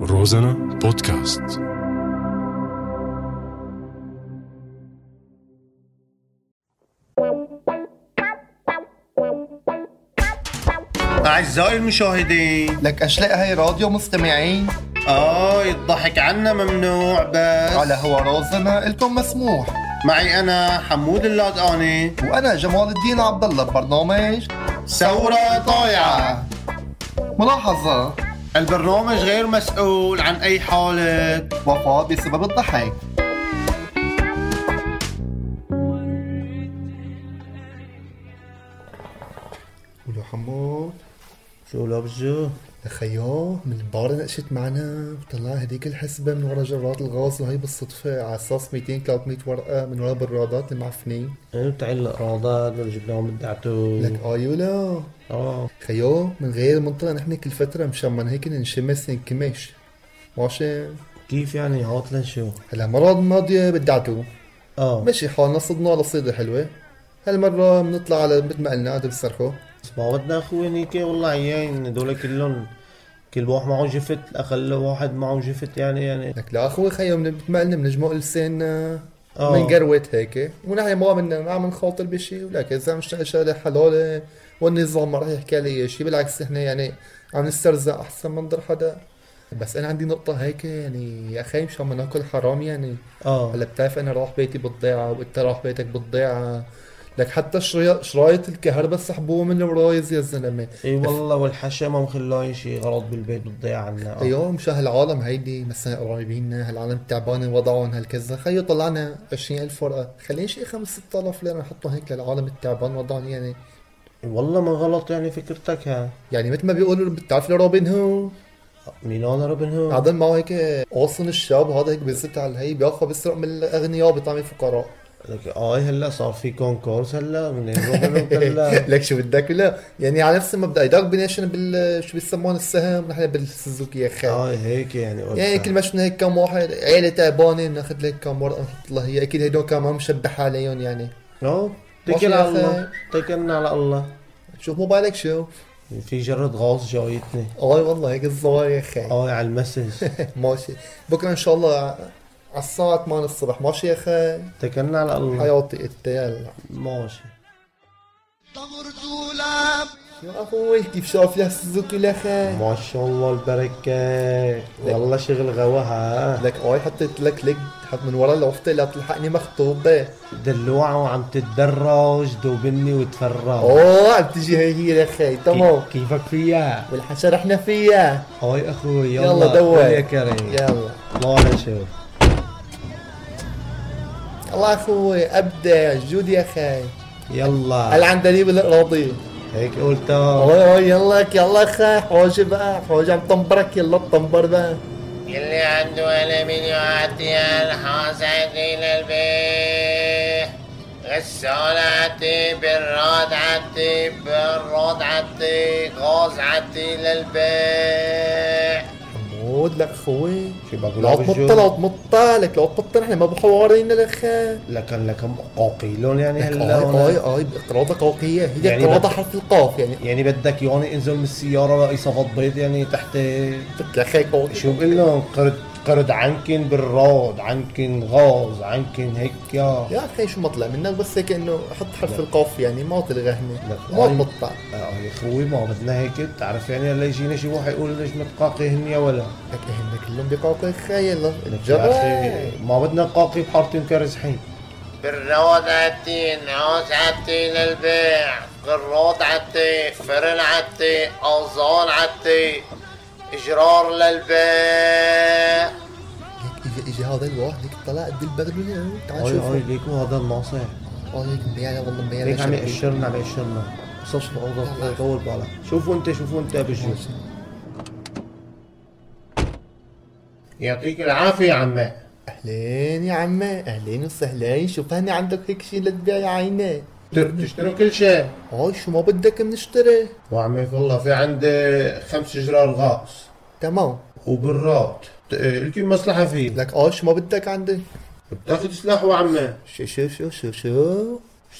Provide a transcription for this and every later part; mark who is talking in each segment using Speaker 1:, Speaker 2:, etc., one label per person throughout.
Speaker 1: روزانا بودكاست
Speaker 2: أعزائي المشاهدين
Speaker 3: لك اشلاء هاي راديو مستمعين
Speaker 2: آي الضحك عنا ممنوع بس
Speaker 3: على هو رازنا الكم مسموح
Speaker 2: معي أنا حمود اللادقاني
Speaker 3: وانا جمال الدين عبد الله ببرنامج
Speaker 2: ثورة طايعة
Speaker 3: ملاحظه
Speaker 2: البرنامج غير مسؤول عن أي حالة
Speaker 3: وفاه بسبب الضحك ولو حمود
Speaker 2: شو لابجو
Speaker 3: لخيو من البار نقشت معنا وطلع هديك الحسبة من ورا جرات الغاز وهي بالصدفة على اساس 200 300 ورقة من ورا برادات المعفنين
Speaker 2: بتعلق راضات وجيب لهم الدعتو
Speaker 3: لك ايولا
Speaker 2: آه
Speaker 3: خيو من غير المنطقة نحن كل فترة مشمن هيك ننشمس ننكمش ماشي
Speaker 2: كيف يعني عاطلة شو
Speaker 3: هلا المرة الماضية بدعتو
Speaker 2: آه
Speaker 3: ماشي حالنا صدنا على صيدة حلوة هالمرة بنطلع على مثل ما قلنا قد بصرخو
Speaker 2: بس ما بدنا أخوي نيكي والله عيان هدول كلهم كل واحد معه جفت أخلى واحد معه جفت يعني يعني
Speaker 3: لك لا اخوي خيو من- مثل ما قلنا بنجمع لساننا
Speaker 2: آه.
Speaker 3: منقروت هيك ونحن ما بدنا ما عم نخاطر بشي ولك اذا مش شغله حلالة والنظام ما راح يحكي علي شي بالعكس نحن يعني عم نسترزق احسن من نضر حدا بس انا عندي نقطة هيك يعني يا اخي مش عم ناكل حرام يعني
Speaker 2: آه
Speaker 3: هلا بتعرف انا راح بيتي بالضيعه وانت راح بيتك بالضيعه لك حتى شري- شرايط الكهرباء سحبوه من ورايز يا زلمه
Speaker 2: اي إيه، والله والحشا ما مخلاه شي غلط بالبيت بتضيع عنا آه.
Speaker 3: اليوم شو هالعالم هيدي مثلا قرايبينا هالعالم تعبانه وضعهم هالكذا خيو طلعنا 20000 ورقه خلينا شي 5 6000 ليره نحطهم هيك للعالم التعبان وضعهم يعني
Speaker 2: إيه، والله ما غلط يعني فكرتك ها
Speaker 3: يعني مثل ما بيقولوا بتعرف روبن هو
Speaker 2: مين هذا روبن هود
Speaker 3: قعدان معه هيك قاصن الشاب هذا هيك بيزت على الهي بياخذ بيسرق من الاغنياء بيطعم الفقراء
Speaker 2: لك اي هلا صار في كونكورس هلا من روبن هود هلا
Speaker 3: لك شو بدك ولا يعني على نفس المبدا دارك بنيشن بال شو بيسمون السهم نحن بالسوزوكي يا اخي
Speaker 2: اي هيك يعني قلت
Speaker 3: يعني كل ما شفنا هيك كم واحد عيله تعبانه بناخذ لك كم ورقه نحط لها هي اكيد هدول كمان مشبح عليهم يعني
Speaker 2: أوه،
Speaker 3: ماشي
Speaker 2: تكل
Speaker 3: يا
Speaker 2: على
Speaker 3: أخي.
Speaker 2: الله تكلنا على الله
Speaker 3: شوف موبايلك شو
Speaker 2: في جرة غاز جايتني
Speaker 3: اي والله هيك الصور يا اخي
Speaker 2: اي على المسج
Speaker 3: ماشي بكره ان شاء الله على الساعه 8 الصبح ماشي يا اخي
Speaker 2: تكلنا على الله
Speaker 3: حياتي انت يلا
Speaker 2: ماشي
Speaker 3: يا اخوي كيف شاف يا سوزوكي يا اخي
Speaker 2: ما شاء الله البركة والله شغل غوا ها
Speaker 3: لك اي حطيت لك لك حط من ورا العفته لا تلحقني مخطوبه
Speaker 2: دلوعة وعم تتدرج دوبني وتفرج
Speaker 3: اوه عم تجي هي هي يا اخي تمام
Speaker 2: كي- كيفك فيها
Speaker 3: والحشا رحنا فيها
Speaker 2: هاي اخوي يلا,
Speaker 3: يلا دور
Speaker 2: يا كريم
Speaker 3: يلا
Speaker 2: الله على شوف
Speaker 3: الله اخوي ابدع جود يا اخي
Speaker 2: آه. يلا
Speaker 3: العندليب الاراضي
Speaker 2: هيك قلت
Speaker 3: الله يلا لك يلا اخي حوجي بقى حوجي عم تنبرك يلا تنبر بقى
Speaker 4: اللي عنده ألم يعطي الحاصل إلى البيت غسالة عتي براد عتي براد عتي غاز عتي للبيت
Speaker 3: حمود لك اخوي
Speaker 2: شو بقول
Speaker 3: لو تمطة لو تمطة لك لو تمطة نحن ما بحوارينا لك اخي
Speaker 2: لكن لكم قاقيلون يعني
Speaker 3: لك
Speaker 2: هلا
Speaker 3: اي
Speaker 2: هون.
Speaker 3: اي اي اقراضة قوقية هي
Speaker 2: يعني
Speaker 3: اقراضة
Speaker 2: بد-
Speaker 3: حرف القاف يعني
Speaker 2: يعني بدك يوني انزل من السيارة لاقي صفات بيض يعني تحت
Speaker 3: لك يا اخي قوقية
Speaker 2: شو بقول لهم قرد قرد عنكن بالراد عنكن غاز عنكن هيك يا آه،
Speaker 3: يا اخي شو مطلع منك بس هيك انه حط حرف القاف يعني ما تلغهني
Speaker 2: لك
Speaker 3: ما
Speaker 2: أي-
Speaker 3: تمطة
Speaker 2: اه يا اخوي ما بدنا هيك تعرف يعني هلا يجينا شي واحد يقول ليش متقاقي هنيا ولا
Speaker 3: لك هن كلهم بيقعقوا تخيل
Speaker 2: لك يا
Speaker 3: الجبل
Speaker 2: اخي ما بدنا قاقي بحارتين كرزحين
Speaker 4: براد عتي نعاس عتي للبيع قراد عتي فرن عتي أوزان عتي إجرار للبيع
Speaker 3: اجى اجى هذا الواحد هيك طلع قد البغل تعال
Speaker 2: هاي هاي
Speaker 3: شوف
Speaker 2: ليكو هذا الناصح
Speaker 3: اه هيك مبيعنا والله مبيعنا
Speaker 2: هيك عم يقشرنا عم يقشرنا قصص العوضة طول بالك شوفوا انت شوفوا انت بشو يعطيك العافية عمي
Speaker 3: اهلين يا عمي اهلين وسهلين شوف هني عندك هيك شيء لتبيع يا عيني
Speaker 2: تشتروا كل شيء
Speaker 3: هاي شو ما بدك بنشتري
Speaker 2: وعمي والله في عندي خمس جرار غاص
Speaker 3: تمام
Speaker 2: وبراد لكي مصلحة فيه
Speaker 3: لك اه شو ما بدك عندي
Speaker 2: بتاخذ سلاح وعمي
Speaker 3: شو شو شو شو شو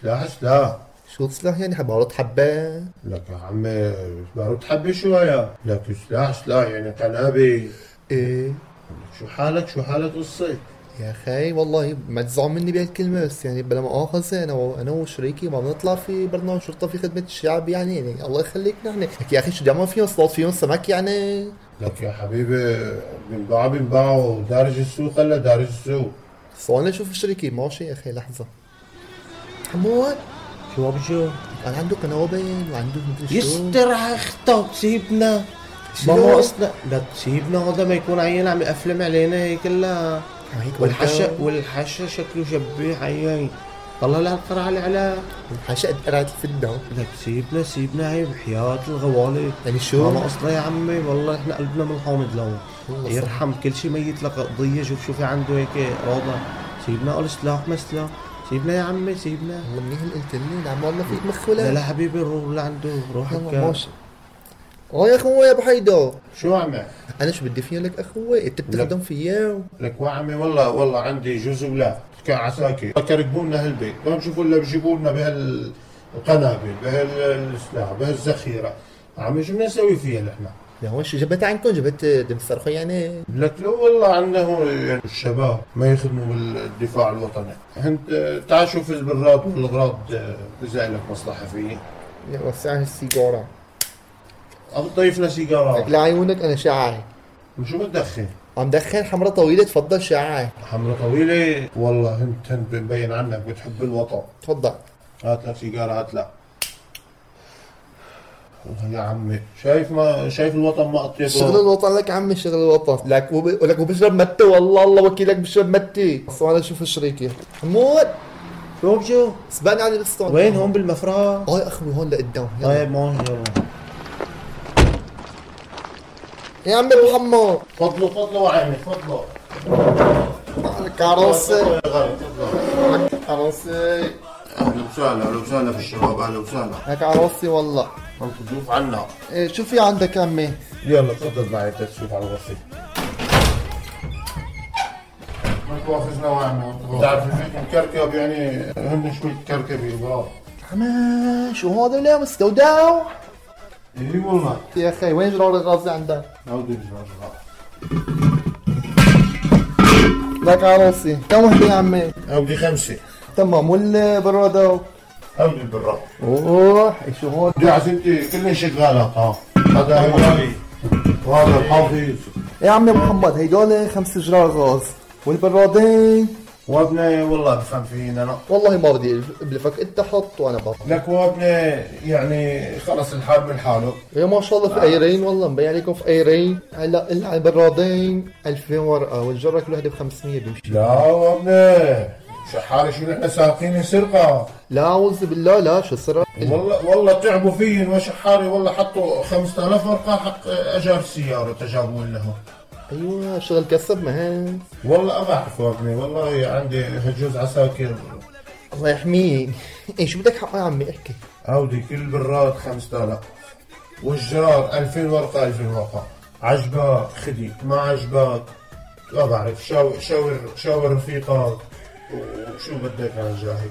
Speaker 2: سلاح سلاح
Speaker 3: شو سلاح يعني حبارات حبة
Speaker 2: لك يا عمي بارو تحبي شوية لك سلاح سلاح يعني قنابل
Speaker 3: ايه
Speaker 2: شو حالك شو حالك قصيت
Speaker 3: يا اخي والله ما تزعل مني بهالكلمه بس يعني بلا مؤاخذه انا و... انا وشريكي ما بنطلع في برنامج شرطه في خدمه الشعب يعني يعني الله يخليك يعني لك يا اخي شو بدي اعمل فيهم صلاة فيهم سمك يعني
Speaker 2: لك يا حبيبي بنباعوا بنباعوا دارج السوق هلا دارج السوق
Speaker 3: صورنا نشوف شريكي ماشي يا اخي لحظه حمود
Speaker 2: شو بشو
Speaker 3: كان عنده كنوبين وعنده مدري شو
Speaker 2: يستر على اختك سيبنا ما
Speaker 3: شلون؟
Speaker 2: ناقصنا لك سيبنا هذا ما يكون عيان عم يقفلم علينا هيك الا
Speaker 3: هيك
Speaker 2: والحشا
Speaker 3: ولا-
Speaker 2: والحشا شكله شبيح عيان طلع لها القرعه اللي على
Speaker 3: والحشا قد قرعت الفدة
Speaker 2: لك سيبنا سيبنا هي بحياة الغوالي
Speaker 3: يعني
Speaker 2: ما
Speaker 3: شو
Speaker 2: ناقصنا يا عمي والله احنا قلبنا من الحامض لو
Speaker 3: والله صح.
Speaker 2: يرحم كل شيء ميت لك قضية شوف شو في عنده هيك راضة سيبنا قال سلاح ما سلاح سيبنا يا عمي سيبنا
Speaker 3: والله منيح اللي قلت لي نعم والله فيك مخ
Speaker 2: لا
Speaker 3: ولا
Speaker 2: لا حبيبي روح لعنده روح
Speaker 3: يلا
Speaker 2: هكا
Speaker 3: ماشي اه يا اخوي يا ابو حيدو
Speaker 5: شو عمي؟
Speaker 3: انا شو بدي فيه لك اخوي انت بتخدم فيا
Speaker 5: لك وعمي والله والله عندي جوز ولا كان عساكي فكركبوا لنا هالبيت ما بشوفوا الا بجيبوا لنا بهالقنابل بهالسلاح بهالذخيره عمي شو بدنا نسوي فيها نحن؟
Speaker 3: يا هو شو جبت عندكم جبت دمسر خو يعني
Speaker 5: لك لو والله عندنا هون يعني الشباب ما يخدموا بالدفاع الوطني انت آه، تعال شوف البراد والاغراض آه، اذا لك مصلحه فيه
Speaker 3: يا وسع السيجاره
Speaker 5: او ضيف لنا سيجاره
Speaker 3: لعيونك انا شعاعي
Speaker 5: شو بتدخن؟
Speaker 3: عم دخن حمرة طويلة تفضل شعاعي
Speaker 5: حمرة طويله والله انت أنت مبين عنك بتحب الوطن
Speaker 3: تفضل
Speaker 5: هات لك سيجارة هات لك والله يا عمي شايف ما شايف الوطن ما
Speaker 3: شغل
Speaker 5: اطيبه
Speaker 3: الوطن لك عمي شغل الوطن لك وب... لك وبشرب متي والله الله وكيلك بشرب متي بس انا اشوف شريكي حمود
Speaker 2: شو بشو
Speaker 3: سبقني على الاسطوانة
Speaker 2: وين هون بالمفرق
Speaker 3: اه يا اخوي هون لقدام يلا.
Speaker 2: طيب ماشي يلا
Speaker 3: يا عمي ابو حمو
Speaker 5: تفضلوا تفضلوا يا عمي تفضلوا
Speaker 3: كراسي
Speaker 5: غالي، تفضلوا.
Speaker 3: كراسي
Speaker 5: اهلا وسهلا اهلا وسهلا في الشباب اهلا وسهلا
Speaker 3: لك عروسي والله
Speaker 5: انتم ضيوف عنا
Speaker 3: إيه شو في عندك عمي
Speaker 5: يلا تفضل معي تشوف على الغرفة ما تواخذنا وعنا تعرف البيت مكركب يعني هن شوي كركبي برافو
Speaker 3: عمي شو هذا ولا مستودع
Speaker 5: اي إيه، والله
Speaker 3: يا اخي وين جرار الغازي عندك
Speaker 5: عودي بالرجل
Speaker 3: لك عروسي كم وحده يا عمي
Speaker 5: عودي خمسة
Speaker 3: تمام والبرودة
Speaker 5: عودي بالرافع
Speaker 3: اوه شو هون
Speaker 5: دي عزيمتي كلها شغالات ها هذا هلالي وهذا الحافظ
Speaker 3: يا عمي محمد هيدول خمس جرار غاز والبرادين
Speaker 5: وابني والله بفهم فينا انا
Speaker 3: والله ما بدي بلفك انت حط وانا بط
Speaker 5: لك وابني يعني خلص الحال من حاله
Speaker 3: يا إيه، ما شاء الله في ايرين والله مبين عليكم في ايرين هلا ال- البرادين 2000 ورقه والجره كل وحده ب 500 بيمشي
Speaker 5: لا وابني شو حالي شو نحن ساقين سرقة
Speaker 3: لا اعوذ بالله لا شو صار
Speaker 5: والله والله تعبوا فيي وشحاري والله حطوا 5000 ورقة حق اجار السيارة تجابوا لهم
Speaker 3: ايوه شغل كسب ما هان
Speaker 5: والله ما اعرف وابني والله عندي هجوز عساكر
Speaker 3: الله يحميك ايه شو بدك حق يا عمي احكي
Speaker 5: عودي كل براد 5000 والجرار 2000 ورقة 2000 ورقة عجبك خدي ما عجبك ما بعرف شاور شاور شاور رفيقك وشو بدك عن جاهز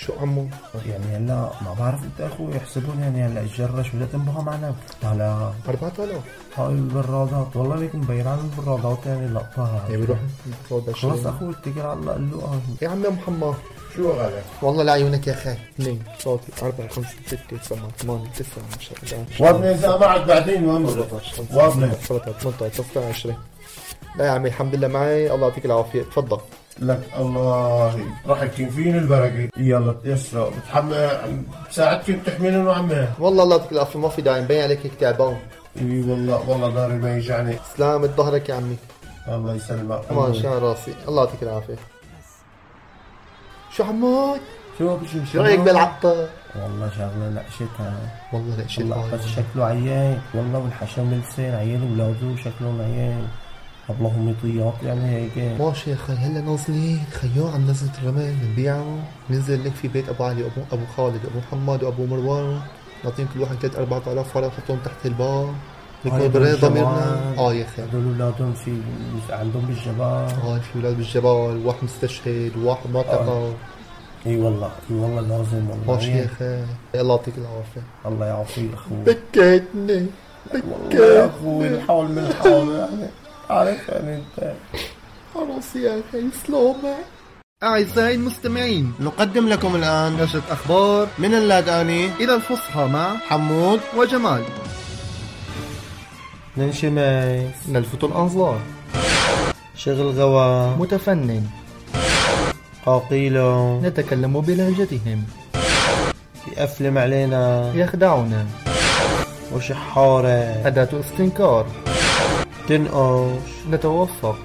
Speaker 3: شو عمو
Speaker 2: يعني هلا ما بعرف انت اخوي يحسبون يعني هلا الجرة شو بدها تنبغى معنا هلا
Speaker 3: 4000
Speaker 2: هاي البرادات والله ليك مبين عن البرادات يعني لقطها
Speaker 3: يعني بروح بفوضى
Speaker 2: خلاص
Speaker 3: شوي.
Speaker 2: اخوي اتكل على الله قال له آه.
Speaker 3: يا عمي محمد
Speaker 5: شو غلط
Speaker 3: والله لعيونك يا اخي 2 3 4 5 6 7 8 9 10 11
Speaker 5: وابني اذا معك بعدين ما مرضى وابني
Speaker 3: 20 لا يا عمي الحمد لله معي الله يعطيك العافيه تفضل
Speaker 5: لك الله راح يكون فيني البركه يلا تيسرى بتحمل بساعدك بتحملهم وعمي
Speaker 3: والله الله يعطيك العافيه ما في داعي مبين عليك هيك تعبان
Speaker 5: اي والله والله ضهري ما يجعني
Speaker 3: سلامة ظهرك يا عمي
Speaker 5: الله يسلمك
Speaker 3: ما شاء راسي الله يعطيك العافيه شو عمك
Speaker 2: شو بشو
Speaker 3: شو رايك بالعقه
Speaker 2: والله شغله نقشتها
Speaker 3: والله لا شيء
Speaker 2: والله بس شكله عيان والله والحشام لسان عيان ولاده شكلهم عيان اللهم طياط يعني هيك
Speaker 3: ماشي يا خي هلا نازلين خيو عم نزلة الرمل بنبيعه ننزل لك في بيت ابو علي وابو ابو خالد وابو محمد وابو مروان نعطيهم كل واحد 3 4000 ورقه نحطهم تحت الباب نكون
Speaker 2: هاي
Speaker 3: برا
Speaker 2: بالجمال.
Speaker 3: ضميرنا اه يا خي
Speaker 2: هدول اولادهم في عندهم بالجبار
Speaker 3: اه في ولاد بالجبال واحد مستشهد واحد معتقل
Speaker 2: اي والله اي والله لازم والله
Speaker 3: ماشي يا خي آه، الله يعطيك العافيه
Speaker 2: الله يعافيك اخوي
Speaker 3: بكيتني
Speaker 2: والله يا اخوي الحول من الحول يعني
Speaker 5: عارف يعني انت
Speaker 3: خلاص يا اخي سلومة أعزائي المستمعين
Speaker 2: نقدم لكم الآن
Speaker 3: نشرة أخبار
Speaker 2: من اللاداني
Speaker 3: إلى الفصحى مع
Speaker 2: حمود
Speaker 3: وجمال
Speaker 2: ننشمي
Speaker 3: نلفت الأنظار
Speaker 2: شغل غوا
Speaker 3: متفنن
Speaker 2: قاقيلو
Speaker 3: نتكلم بلهجتهم
Speaker 2: يأفلم علينا
Speaker 3: يخدعنا
Speaker 2: وشحارة
Speaker 3: أداة استنكار
Speaker 2: تنقش
Speaker 3: نتوفق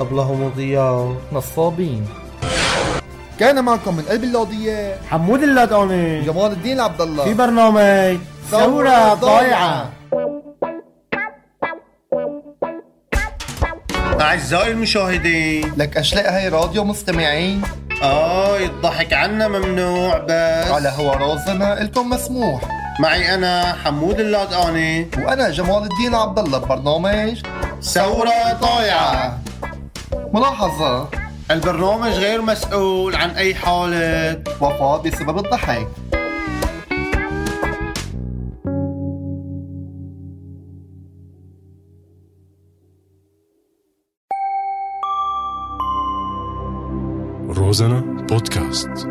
Speaker 2: قبلهم ضياء
Speaker 3: نصابين كان معكم من قلب اللوضية
Speaker 2: حمود اللاداني
Speaker 3: جمال الدين عبد الله
Speaker 2: في برنامج ثورة ضايعة أعزائي المشاهدين
Speaker 3: لك أشلاء هاي راديو مستمعين
Speaker 2: آه الضحك عنا ممنوع بس
Speaker 3: على هو رازنا إلكم مسموح
Speaker 2: معي أنا حمود اللاداني
Speaker 3: وأنا جمال الدين عبد الله ببرنامج
Speaker 2: ثورة ضايعة
Speaker 3: ملاحظة
Speaker 2: البرنامج غير مسؤول عن أي حالة
Speaker 3: وفاة بسبب الضحك
Speaker 1: Розана подкаст.